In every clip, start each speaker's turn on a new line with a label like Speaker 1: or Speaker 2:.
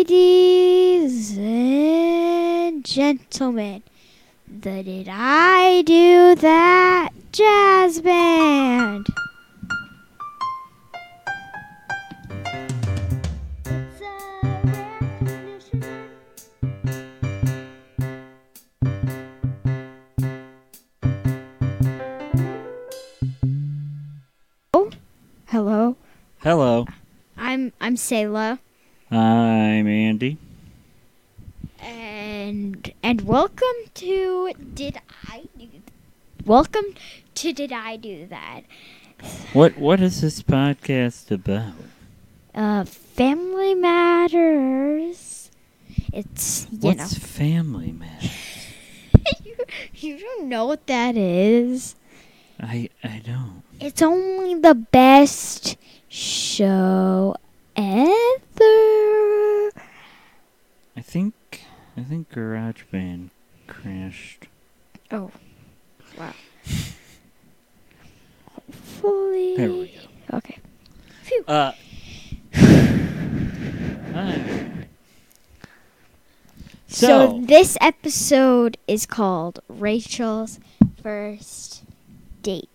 Speaker 1: Ladies and gentlemen, the Did I Do That Jazz Band! Hello,
Speaker 2: Hello,
Speaker 1: I'm I'm Sayla,
Speaker 2: I'm Andy.
Speaker 1: and and welcome to Did I Do? Welcome to Did I Do That?
Speaker 2: What what is this podcast about?
Speaker 1: Uh, family matters. It's you
Speaker 2: What's family matter?
Speaker 1: know you, you don't know what that is.
Speaker 2: I I don't.
Speaker 1: It's only the best show ever.
Speaker 2: I think I think GarageBand crashed.
Speaker 1: Hopefully.
Speaker 2: There we
Speaker 1: go. Okay.
Speaker 2: Uh. hi.
Speaker 1: So,
Speaker 2: So,
Speaker 1: this episode is called Rachel's First Date.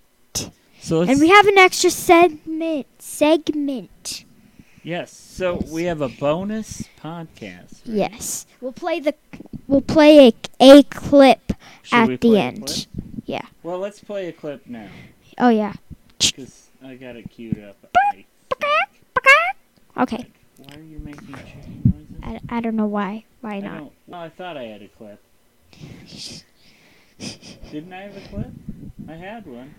Speaker 2: so let's,
Speaker 1: And we have an extra segment segment.
Speaker 2: yes, so we have a bonus podcast.
Speaker 1: Yes. We'll play the we'll play a, a clip
Speaker 2: Should
Speaker 1: at
Speaker 2: we
Speaker 1: the
Speaker 2: play a
Speaker 1: end.
Speaker 2: clip?
Speaker 1: Yeah.
Speaker 2: Well, let's play a clip now
Speaker 1: Oh yeah.
Speaker 2: because I got it queued up. I-
Speaker 1: Okay.
Speaker 2: Why are you making chicken noises?
Speaker 1: I, I don't know why. Why
Speaker 2: I
Speaker 1: not?
Speaker 2: don't. Well, I thought I had a clip. Didn't I have a clip? I had one.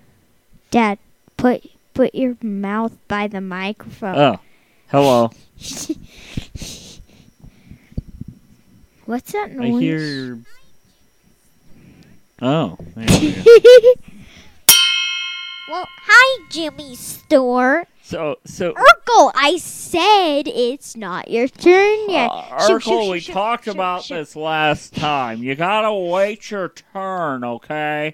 Speaker 1: Dad, put put your mouth by the microphone.
Speaker 2: Oh, hello.
Speaker 1: What's that
Speaker 2: I
Speaker 1: noise?
Speaker 2: hear. your- Oh, there we go.
Speaker 1: well, hi, Jimmy Store.
Speaker 2: so so.
Speaker 1: Urkel, I said it's not your turn yet.
Speaker 2: Uh,
Speaker 1: Shoo, shoo,
Speaker 2: Urkel,
Speaker 1: shoo,
Speaker 2: we
Speaker 1: shoo,
Speaker 2: talked
Speaker 1: shoo,
Speaker 2: about
Speaker 1: shoo.
Speaker 2: this last time. You gotta wait your turn, okay?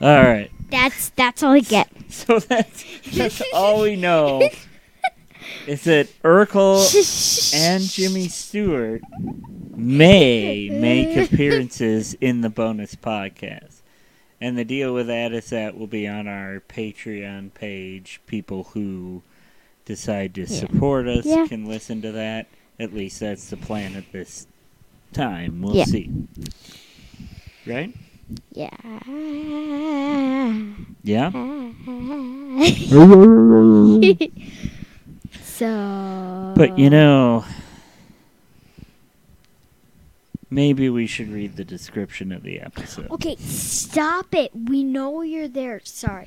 Speaker 2: All right.
Speaker 1: That's that's all I get.
Speaker 2: So that's that's all we know. Is that Urkel and Jimmy Stewart may make appearances in the bonus podcast. And the deal with that is that will be on our Patreon page. People who decide to support us
Speaker 1: Yeah.
Speaker 2: can listen to that. At least that's the plan at this time. We'll
Speaker 1: Yeah.
Speaker 2: see. Right?
Speaker 1: Yeah.
Speaker 2: Yeah.
Speaker 1: so.
Speaker 2: But you know, maybe we should read the description of the episode.
Speaker 1: Okay, stop it. We know you're there. Sorry.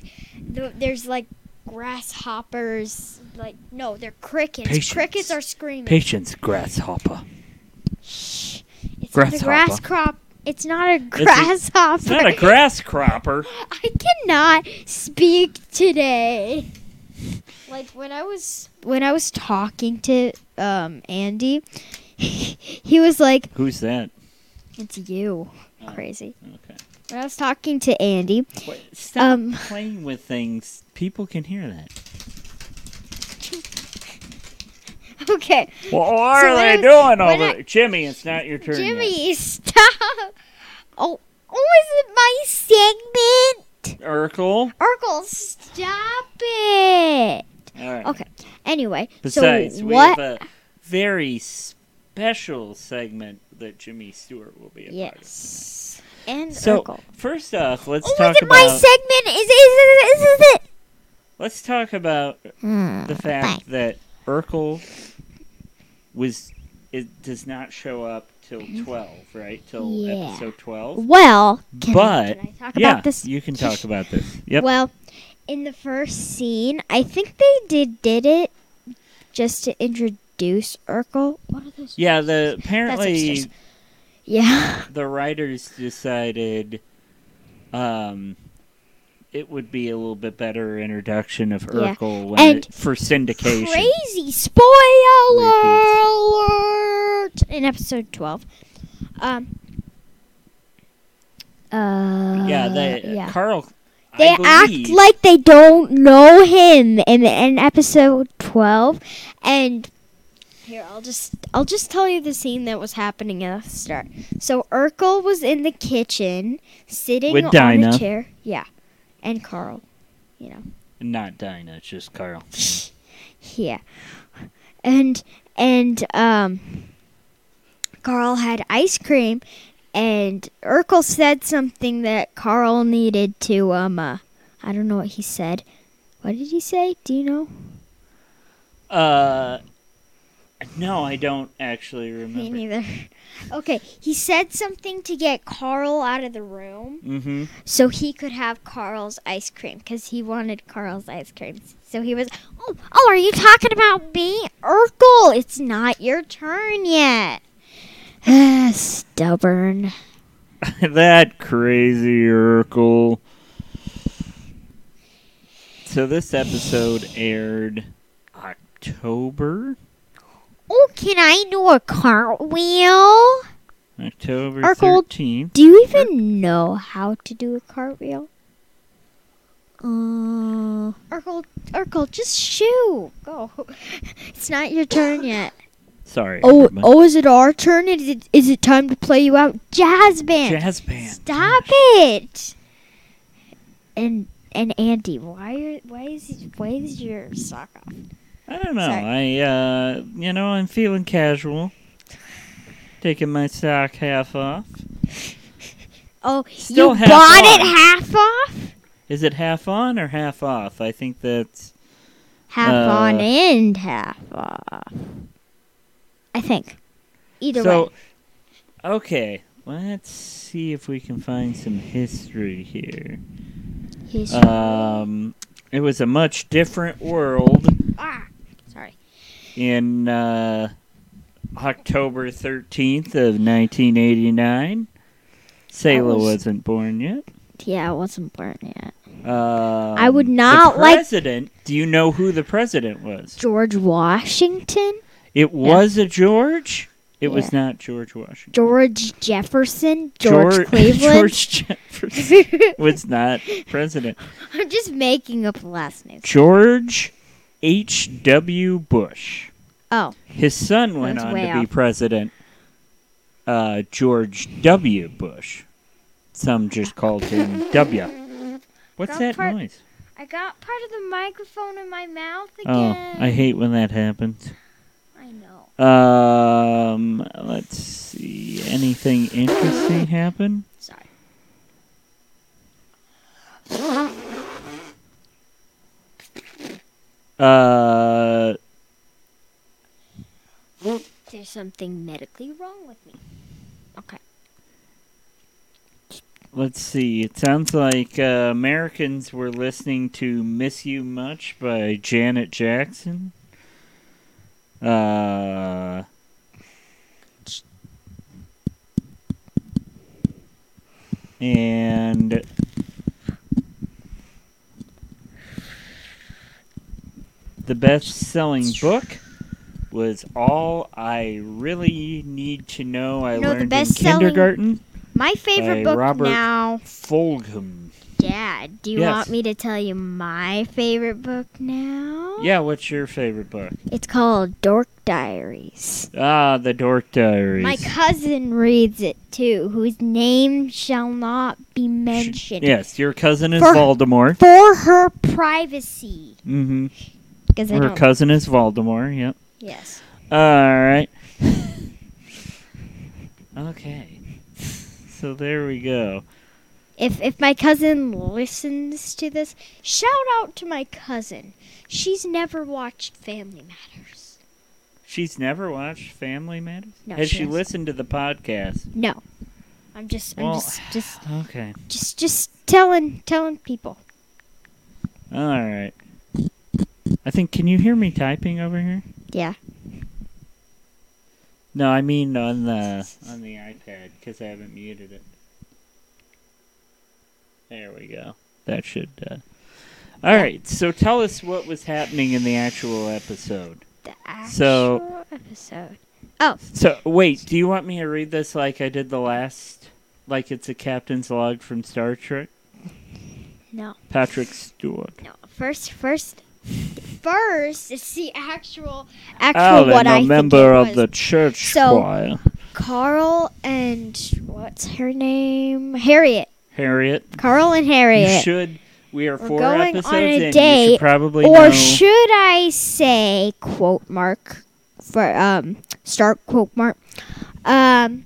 Speaker 1: Th- There's like grasshoppers. Like no, they're crickets.
Speaker 2: Patience.
Speaker 1: Crickets are screaming.
Speaker 2: Patience, grasshopper.
Speaker 1: Shh. It's not a
Speaker 2: Grasshopper.
Speaker 1: grass crop. It's not a
Speaker 2: a-
Speaker 1: grasshopper.
Speaker 2: It's not a grass cropper.
Speaker 1: I cannot speak today. Like when I was when I was talking to um Andy, he was like,
Speaker 2: Who's that?
Speaker 1: "It's you."
Speaker 2: Oh.
Speaker 1: Crazy.
Speaker 2: Okay.
Speaker 1: When I was talking to Andy,
Speaker 2: Wait, stop
Speaker 1: um
Speaker 2: playing with things. People can hear that.
Speaker 1: okay.
Speaker 2: Well, what are
Speaker 1: when
Speaker 2: they
Speaker 1: I-
Speaker 2: doing
Speaker 1: when
Speaker 2: over
Speaker 1: I-
Speaker 2: there? Jimmy, it's not your turn.
Speaker 1: Jimmy, stop. Oh, oh, is it my segment?
Speaker 2: Yet. Urkel.
Speaker 1: Urkel, stop it.
Speaker 2: All right.
Speaker 1: Okay. Anyway,
Speaker 2: Besides,
Speaker 1: so
Speaker 2: we
Speaker 1: what?
Speaker 2: have a very special segment that Jimmy Stewart will be a part of.
Speaker 1: yes. And
Speaker 2: So
Speaker 1: Urkel.
Speaker 2: first off, let's
Speaker 1: Oh, is
Speaker 2: talk
Speaker 1: it my
Speaker 2: about
Speaker 1: segment? Is is is, is it?
Speaker 2: let's talk about
Speaker 1: Hmm,
Speaker 2: the fact that Urkel was it does not show up till twelve, right? Till
Speaker 1: Mm-hmm. Yeah.
Speaker 2: episode twelve.
Speaker 1: Well, can, I,
Speaker 2: But
Speaker 1: can I talk
Speaker 2: yeah,
Speaker 1: about this?
Speaker 2: you can talk about this. Yep.
Speaker 1: Well, in the first scene, I think they did did it just to introduce Urkel. What are those?
Speaker 2: yeah, the apparently
Speaker 1: upstairs. Yeah.
Speaker 2: the writers decided um it would be a little bit better introduction of
Speaker 1: Yeah.
Speaker 2: Urkel when
Speaker 1: And
Speaker 2: it- for syndication.
Speaker 1: Crazy spoiler alert in episode twelve. Um. Uh,
Speaker 2: yeah, they,
Speaker 1: yeah.
Speaker 2: Carl
Speaker 1: They
Speaker 2: I
Speaker 1: act
Speaker 2: believe-
Speaker 1: like they don't know him in, in episode 12 and here I'll just I'll just tell you the scene that was happening at the start. So Urkel was in the kitchen sitting
Speaker 2: With
Speaker 1: on
Speaker 2: Dinah.
Speaker 1: a chair. Yeah. And Carl.
Speaker 2: not Dinah, it's just Carl.
Speaker 1: Yeah. And and um Carl had ice cream and Urkel said something that Carl needed to um uh, I don't know what he said. What did he say? Do you know?
Speaker 2: Uh, no, I don't actually remember.
Speaker 1: Me neither. Okay, he said something to get Carl out of the room
Speaker 2: Mm-hmm.
Speaker 1: so he could have Carl's ice cream because he wanted Carl's ice cream. So he was, oh, oh, are you talking about me, Urkel? It's not your turn yet. Stubborn.
Speaker 2: that crazy Urkel. So this episode aired October,
Speaker 1: Oh, can I do a cartwheel?
Speaker 2: October
Speaker 1: Urkel.
Speaker 2: thirteenth.
Speaker 1: Do you even know how to do a cartwheel? Uh, Urkel, Urkel, just shoo. Go. It's not your turn yet.
Speaker 2: Sorry.
Speaker 1: Oh,
Speaker 2: everybody.
Speaker 1: oh, is it our turn? Is it, is it time to play you out? Jazz band.
Speaker 2: jazz band.
Speaker 1: Stop it. And and Andy, why are why is why is your sock off?
Speaker 2: I don't know.
Speaker 1: Sorry.
Speaker 2: I uh, you know, I'm feeling casual. Taking my sock half off.
Speaker 1: Oh,
Speaker 2: Still
Speaker 1: you
Speaker 2: half
Speaker 1: bought it
Speaker 2: on.
Speaker 1: half off?
Speaker 2: Is it half on or half off? I think that's
Speaker 1: Half on
Speaker 2: Uh,
Speaker 1: and half off. I think. Either
Speaker 2: so.
Speaker 1: way.
Speaker 2: Okay, let's see if we can find some history here.
Speaker 1: He's-
Speaker 2: Um, it was a much different world
Speaker 1: ah, sorry.
Speaker 2: in uh, October 13th of 1989. Selah
Speaker 1: I was-
Speaker 2: was... not born yet.
Speaker 1: Yeah, I wasn't born yet.
Speaker 2: Um,
Speaker 1: would
Speaker 2: the
Speaker 1: not like-
Speaker 2: president. Do you know who the president was?
Speaker 1: George Washington?
Speaker 2: It was a George. It was not George Washington.
Speaker 1: George Jefferson? George,
Speaker 2: Geor-
Speaker 1: Cleveland?
Speaker 2: George Jefferson was not president.
Speaker 1: I'm just making up last names.
Speaker 2: George H.W. Bush.
Speaker 1: Oh,
Speaker 2: His son went
Speaker 1: That's
Speaker 2: on
Speaker 1: way
Speaker 2: to be
Speaker 1: off.
Speaker 2: president. Uh, George W. Bush. Some just called him W. What's
Speaker 1: Got
Speaker 2: that
Speaker 1: part
Speaker 2: noise?
Speaker 1: I got part of the microphone in my mouth
Speaker 2: Oh,
Speaker 1: again.
Speaker 2: I hate when that happens.
Speaker 1: I know.
Speaker 2: Um, let's see. Anything interesting happen?
Speaker 1: Sorry.
Speaker 2: Uh,
Speaker 1: There's something medically wrong with me. Okay.
Speaker 2: let's see. It sounds like uh, Americans were listening to "Miss You Much" by Janet Jackson. Uh, and the best-selling book was "All I Really Need to Know." I
Speaker 1: No, the
Speaker 2: learned in
Speaker 1: best-selling-
Speaker 2: kindergarten.
Speaker 1: My favorite
Speaker 2: By
Speaker 1: book
Speaker 2: Robert-
Speaker 1: now.
Speaker 2: Fulghum.
Speaker 1: Dad, do you
Speaker 2: Yes.
Speaker 1: want me to tell you my favorite book now?
Speaker 2: Yeah, what's your favorite book?
Speaker 1: It's called Dork Diaries.
Speaker 2: Ah, The Dork Diaries.
Speaker 1: My cousin reads it too, whose name shall not be mentioned.
Speaker 2: Yes, your cousin is
Speaker 1: For-
Speaker 2: Voldemort.
Speaker 1: For her privacy.
Speaker 2: Mm-hmm.
Speaker 1: Because I
Speaker 2: Her
Speaker 1: don't.
Speaker 2: cousin is Voldemort. Yep.
Speaker 1: yes.
Speaker 2: All right. okay. So there we go.
Speaker 1: If if my cousin listens to this, shout out to my cousin. She's never watched Family Matters.
Speaker 2: She's never watched Family Matters.
Speaker 1: No,
Speaker 2: Has
Speaker 1: she
Speaker 2: she,
Speaker 1: hasn't.
Speaker 2: listened to the podcast?
Speaker 1: No. I'm just I'm
Speaker 2: Well-
Speaker 1: just just
Speaker 2: Okay.
Speaker 1: just just telling telling people.
Speaker 2: All right. I think. Can you hear me typing over here?
Speaker 1: Yeah.
Speaker 2: No, I mean on the on the iPad because I haven't muted it. There we go. That should. Uh... All right. So tell us what was happening in the actual episode.
Speaker 1: The actual
Speaker 2: So-
Speaker 1: episode. Oh,
Speaker 2: So wait, do you want me to read this like I did the last, like it's a captain's log from Star Trek?
Speaker 1: No.
Speaker 2: Patrick Stewart.
Speaker 1: No. First, first, first, it's the actual, actual
Speaker 2: Alan,
Speaker 1: what
Speaker 2: Oh, a
Speaker 1: I think
Speaker 2: member
Speaker 1: it
Speaker 2: of
Speaker 1: was.
Speaker 2: the church
Speaker 1: So-
Speaker 2: choir.
Speaker 1: Carl and what's her name? Harriet.
Speaker 2: Harriet,
Speaker 1: Carl and
Speaker 2: you
Speaker 1: Harriet.
Speaker 2: should. We are
Speaker 1: We're
Speaker 2: four
Speaker 1: going on
Speaker 2: episodes
Speaker 1: a
Speaker 2: in. you
Speaker 1: date,
Speaker 2: should probably
Speaker 1: or
Speaker 2: know.
Speaker 1: should I say quote mark for um start quote mark? Um,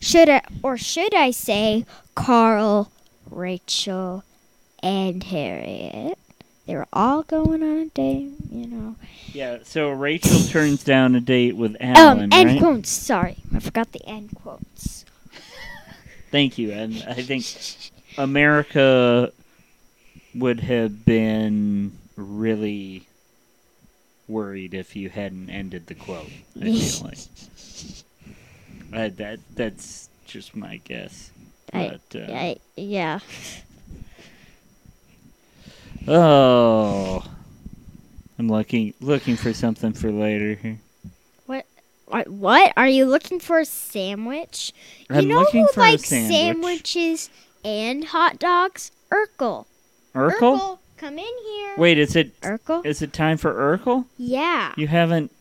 Speaker 1: should I or should I say Carl, Rachel, and Harriet? They were all going on a date, you know.
Speaker 2: yeah. So Rachel turns down a date with
Speaker 1: um,
Speaker 2: Alan.
Speaker 1: end
Speaker 2: right?
Speaker 1: quotes. Sorry, I forgot the end quotes.
Speaker 2: Thank you. And I think America would have been really worried if you hadn't ended the quote. I feel like Uh, that that's just my guess.
Speaker 1: I-
Speaker 2: But, uh,
Speaker 1: I, yeah.
Speaker 2: Oh, I'm looking looking for something for later here.
Speaker 1: Wha- What are you looking for? A sandwich?
Speaker 2: I'm
Speaker 1: you know
Speaker 2: looking
Speaker 1: who
Speaker 2: for
Speaker 1: likes
Speaker 2: a sandwich.
Speaker 1: sandwiches and hot dogs? Urkel.
Speaker 2: Urkel?
Speaker 1: come in here.
Speaker 2: Wait, is it
Speaker 1: Urkel?
Speaker 2: is it time for Urkel?
Speaker 1: yeah.
Speaker 2: You haven't.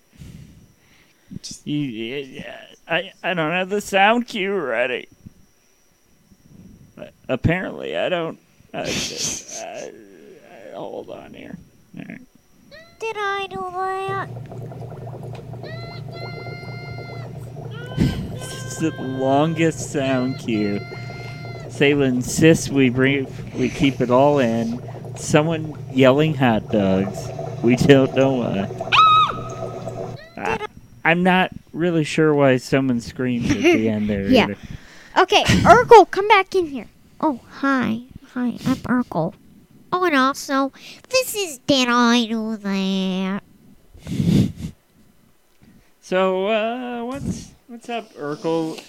Speaker 1: Just-
Speaker 2: You, I I don't have the sound cue ready. But apparently, I don't. I, I, I- hold on here. All right.
Speaker 1: Did I do that?
Speaker 2: This is the longest sound cue. Sayla insists we bring we keep it all in. Someone yelling hot dogs. We don't know why.
Speaker 1: Ah!
Speaker 2: Ah. I, I'm not really sure why someone screamed at the end there.
Speaker 1: Yeah.
Speaker 2: either.
Speaker 1: Okay, Urkel, come back in here. Oh, hi. Hi, I'm Urkel. Oh, and also, this is Did I Do That?
Speaker 2: So uh, what's what's up, Urkel?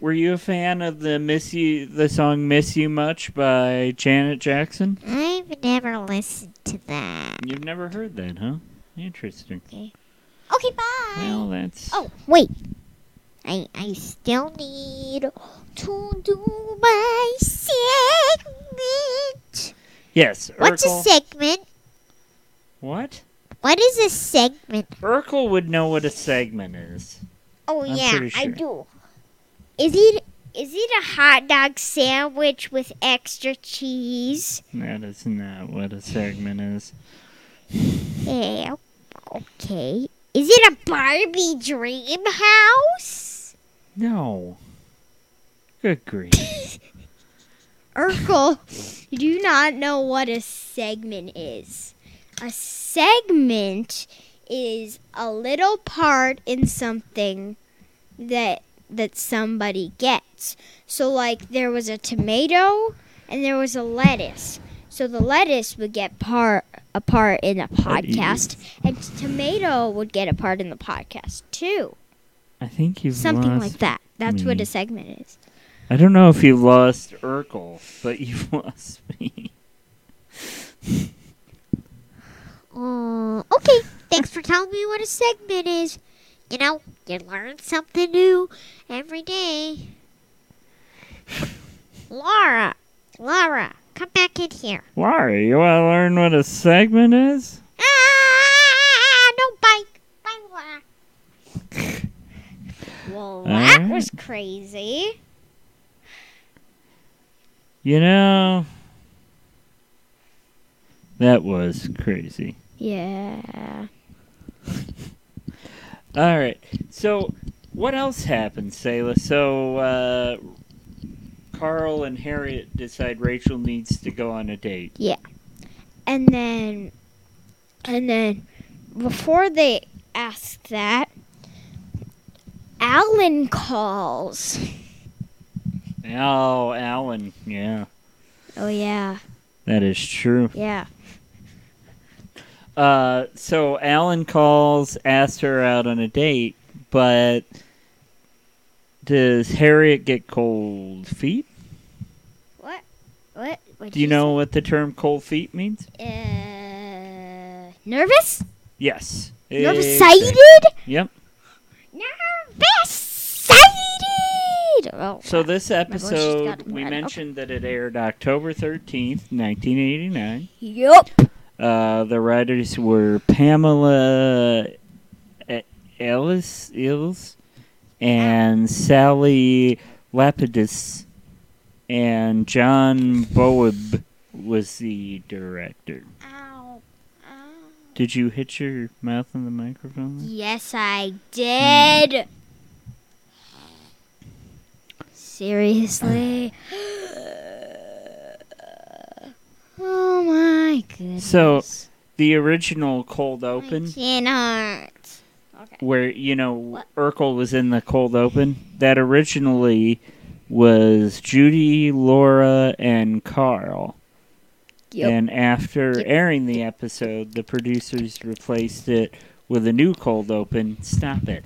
Speaker 2: Were you a fan of the "Miss You" the song "Miss You Much" by Janet Jackson?
Speaker 1: I've never listened to that.
Speaker 2: You've never heard that, huh? Interesting.
Speaker 1: Okay, bye.
Speaker 2: Well, that's
Speaker 1: Oh, wait. I I still need to do my segment.
Speaker 2: yes.
Speaker 1: What's a
Speaker 2: Urkel.
Speaker 1: segment?
Speaker 2: What?
Speaker 1: What is a segment?
Speaker 2: Urkel would know what a segment is.
Speaker 1: Oh
Speaker 2: I'm
Speaker 1: yeah,
Speaker 2: pretty
Speaker 1: I
Speaker 2: sure.
Speaker 1: do. Is it is it a hot dog sandwich with extra cheese?
Speaker 2: That is not what a segment is.
Speaker 1: Yeah. Eh, Okay. Is it a Barbie dream house?
Speaker 2: No. Good grief.
Speaker 1: Urkel, you do not know what a segment is. A segment is a little part in something that that somebody gets. So like there was a tomato and there was a lettuce. So the lettuce would get part a part in the podcast and tomato would get a part in the podcast too.
Speaker 2: I think you've
Speaker 1: Something
Speaker 2: lost.
Speaker 1: like that. That's what
Speaker 2: me.
Speaker 1: a segment is.
Speaker 2: I don't know if you lost Urkel, but you lost me.
Speaker 3: Uh, okay, thanks for telling me what a segment is. You know, you learn something new every day. Laura, Laura, come back in here.
Speaker 2: Laura, you want to learn what a segment is?
Speaker 3: Ah, no, bye. Bye, Laura.
Speaker 1: Well,
Speaker 2: that
Speaker 1: that
Speaker 2: Alright. was
Speaker 1: was crazy.
Speaker 2: You know, that was crazy.
Speaker 1: Yeah.
Speaker 2: All right. So, what else happened, Sayla? So, uh, Carl and Harriet decide Rachel needs to go on a date.
Speaker 1: And then, and then, before they ask that, Alan calls.
Speaker 2: Oh, Alan. Yeah,
Speaker 1: Oh yeah,
Speaker 2: that is true.
Speaker 1: yeah.
Speaker 2: Uh, so Alan calls, asks her out on a date, but does Harriet get cold feet?
Speaker 1: What? What'd
Speaker 2: Do you
Speaker 1: she
Speaker 2: know what the term cold feet means?
Speaker 1: say? Uh, nervous?
Speaker 2: Yes.
Speaker 1: Nervous
Speaker 2: Exactly.
Speaker 1: sighted?
Speaker 2: Yep.
Speaker 1: Nervous sighted. Oh,
Speaker 2: So this
Speaker 1: voice just
Speaker 2: episode,
Speaker 1: got
Speaker 2: we
Speaker 1: mad.
Speaker 2: mentioned that it aired October 13th, 1989.
Speaker 1: Yup.
Speaker 2: Uh, the writers were Pamela E- Ellis, Ills and Sally Lapidus, and John Boab was the director.
Speaker 3: Ow. Ow.
Speaker 2: Did you hit your mouth on the microphone?
Speaker 1: Yes, I did. Seriously. oh my goodness.
Speaker 2: So- The original cold open,
Speaker 3: Chin hurts.
Speaker 2: where you know Urkel was in the cold open, that originally was Judy, Laura, and Carl.
Speaker 1: Yep.
Speaker 2: And after
Speaker 1: Yep.
Speaker 2: airing the episode, the producers replaced it with a new cold open. Stop it.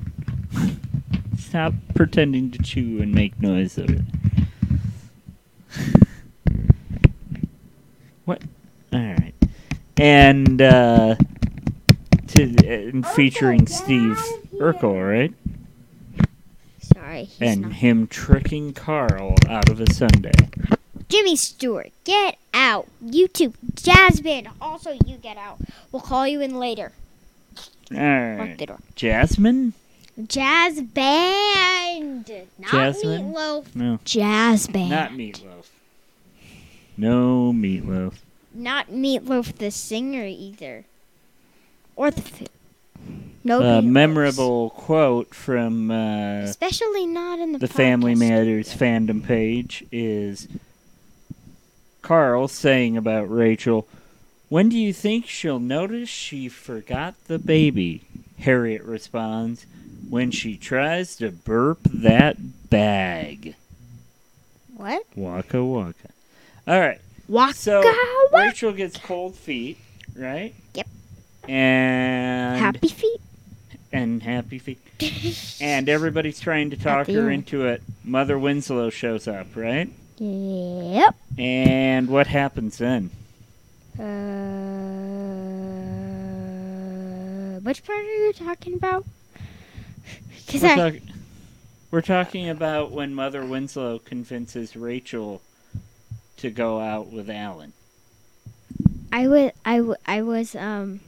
Speaker 2: Stop pretending to chew and make noise of it. What? Alright. And, uh, to,
Speaker 1: Oh,
Speaker 2: and featuring Steve Urkel, right?
Speaker 1: Sorry. he's
Speaker 2: and
Speaker 1: not-
Speaker 2: him tricking Carl out of a Sunday.
Speaker 1: Jimmy Stewart, get out. You too. Jasmine, also you get out. We'll call you in later. Lock
Speaker 2: Alright.
Speaker 1: the door.
Speaker 2: Jasmine?
Speaker 1: Jazz band. Not
Speaker 2: Jasmine?
Speaker 1: meatloaf.
Speaker 2: No.
Speaker 1: Jazz band.
Speaker 2: Not meatloaf. No meatloaf.
Speaker 1: Not Meatloaf the singer either. Or the food. No
Speaker 2: A
Speaker 1: Oh, Meatloafs.
Speaker 2: Uh, memorable quote from uh,
Speaker 1: Especially not in the
Speaker 2: the Family
Speaker 1: podcast.
Speaker 2: Matters fandom page is Carl saying about Rachel, When do you think she'll notice she forgot the baby? Harriet responds, When she tries to burp that bag.
Speaker 1: What?
Speaker 2: Waka waka. All right.
Speaker 1: Waka
Speaker 2: So
Speaker 1: waka.
Speaker 2: Rachel gets cold feet, right?
Speaker 1: Yep.
Speaker 2: And
Speaker 1: Happy feet.
Speaker 2: and happy feet. and everybody's trying to talk
Speaker 1: Happy
Speaker 2: her
Speaker 1: feet.
Speaker 2: into it. Mother Winslow shows up, right?
Speaker 1: Yep.
Speaker 2: And what happens then?
Speaker 1: Uh, which part are you talking about? Because
Speaker 2: We're,
Speaker 1: I
Speaker 2: talk- we're talking about when Mother Winslow convinces Rachel to go out with Alan.
Speaker 1: I was I, w- I was um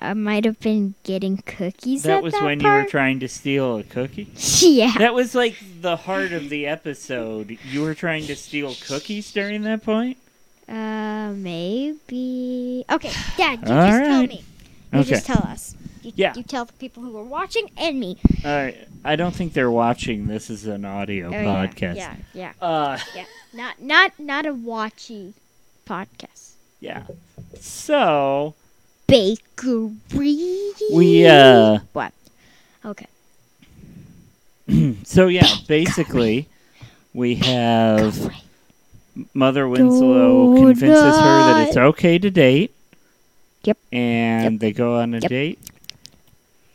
Speaker 1: I might have been getting cookies.
Speaker 2: that
Speaker 1: at
Speaker 2: was
Speaker 1: that
Speaker 2: when you were
Speaker 1: part.
Speaker 2: trying to steal a cookie.
Speaker 1: yeah.
Speaker 2: That was like the heart of the episode. You were trying to steal cookies during that point?
Speaker 1: Uh, maybe. Okay, Dad, you
Speaker 2: All
Speaker 1: just tell
Speaker 2: right.
Speaker 1: me. You just tell us. You,
Speaker 2: Yeah.
Speaker 1: You tell the people who are watching and me.
Speaker 2: All right. I don't think they're watching. This is an audio
Speaker 1: Oh, yeah,
Speaker 2: podcast.
Speaker 1: Yeah, yeah,
Speaker 2: Uh,
Speaker 1: yeah. Not, not, not a watchy podcast.
Speaker 2: yeah. So
Speaker 1: Bakery.
Speaker 2: we uh,
Speaker 1: What? Okay.
Speaker 2: so yeah, basically we have Mother Winslow convinces her that it's okay to date.
Speaker 1: Yep.
Speaker 2: And they go on a
Speaker 1: Yep.
Speaker 2: date.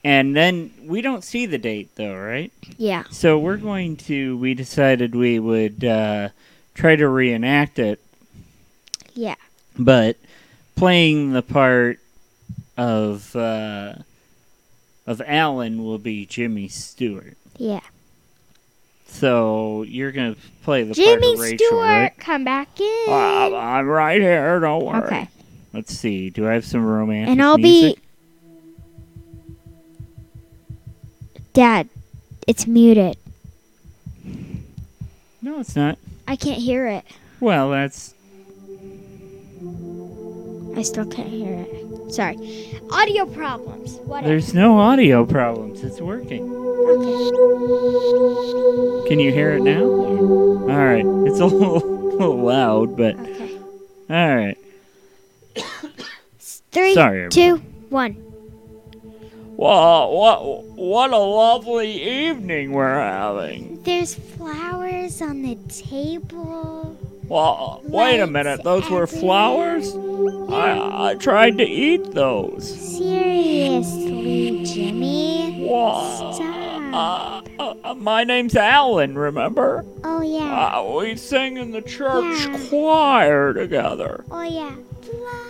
Speaker 2: And then we don't see the date though, right?
Speaker 1: Yeah.
Speaker 2: So we're going to. We decided we would uh, try to reenact it.
Speaker 1: Yeah.
Speaker 2: But playing the part of uh, of Alan will be Jimmy Stewart.
Speaker 1: Yeah.
Speaker 2: So you're gonna play the part
Speaker 1: Jimmy
Speaker 2: of Rachel,
Speaker 1: Stewart,
Speaker 2: right?
Speaker 1: come back in.
Speaker 2: Uh, I'm- I'm right here. Don't worry.
Speaker 1: okay.
Speaker 2: Let's see. Do I have some romantic
Speaker 1: And I'll
Speaker 2: music?
Speaker 1: be. Dad, it's muted.
Speaker 2: No, it's not.
Speaker 1: I can't hear it.
Speaker 2: Well, that's
Speaker 1: I still can't hear it. Sorry. Audio problems. Whatever.
Speaker 2: there's no audio problems. It's working.
Speaker 1: Okay.
Speaker 2: Can you hear it
Speaker 1: Yeah.
Speaker 2: now? All right, it's a little, little loud, but all
Speaker 1: Okay.
Speaker 2: right.
Speaker 1: Three,
Speaker 2: Sorry,
Speaker 1: two, one.
Speaker 2: Wow, what what a lovely evening we're having.
Speaker 1: There's flowers on the table.
Speaker 2: Wow, wait a
Speaker 1: Lights
Speaker 2: minute, those were flowers? I, I tried to eat those.
Speaker 1: Seriously, Jimmy?
Speaker 2: Wow. Uh, uh, uh, my name's Alan, remember?
Speaker 1: Oh yeah.
Speaker 2: Uh, we sing in the church
Speaker 1: Yeah.
Speaker 2: choir together.
Speaker 1: Oh yeah.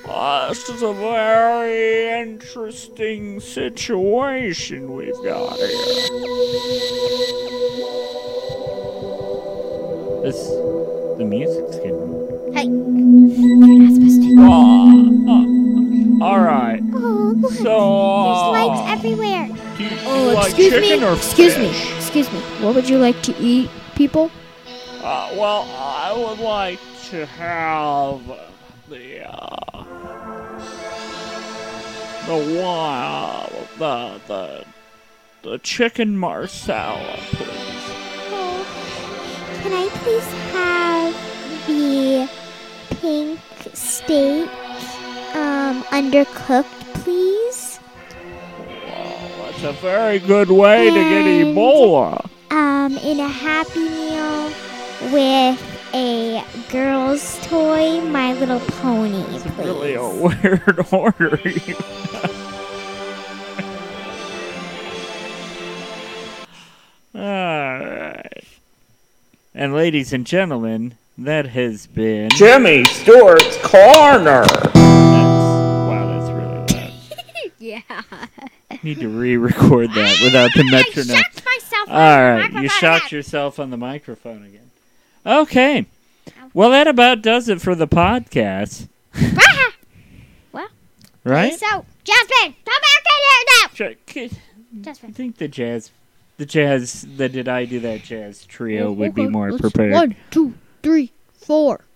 Speaker 2: Uh, this is a very interesting situation we've got here. This the music's getting.
Speaker 4: You're not supposed to.
Speaker 2: Uh, all right.
Speaker 1: Oh, look.
Speaker 2: So
Speaker 1: There's lights everywhere.
Speaker 2: Do uh, you, do you
Speaker 4: Oh,
Speaker 2: like
Speaker 4: excuse
Speaker 2: chicken
Speaker 4: me.
Speaker 2: or
Speaker 4: excuse
Speaker 2: fish?
Speaker 4: me. Excuse me. What would you like to eat, people?
Speaker 2: Uh, well, I would like to have the uh, the one the the the chicken marsala, please.
Speaker 1: Oh, can I please have the pink steak um, undercooked, please?
Speaker 2: Well, that's a very good way to get
Speaker 1: And-
Speaker 2: Ebola.
Speaker 1: Um, in a Happy Meal with a girl's toy, My Little Pony,
Speaker 2: It's
Speaker 1: please.
Speaker 2: really a
Speaker 4: Oh.
Speaker 2: weird order. Alright. And ladies and gentlemen, that has been.
Speaker 5: Jimmy Stewart's Corner.
Speaker 2: Wow, that's really
Speaker 4: Yeah.
Speaker 2: loud. Need to re record that without the metronome.
Speaker 1: myself.
Speaker 2: Alright, you shot yourself on the microphone again. Okay. Well, that about does it for the podcast.
Speaker 4: Well,
Speaker 2: right?
Speaker 1: So, Jasmine, come back in here now.
Speaker 2: Check. I
Speaker 1: Jasmine.
Speaker 2: think the jazz, the jazz, the did I do that jazz trio would be
Speaker 4: Oh, Okay,
Speaker 2: more
Speaker 4: let's-
Speaker 2: prepared.
Speaker 4: One, two, three, four.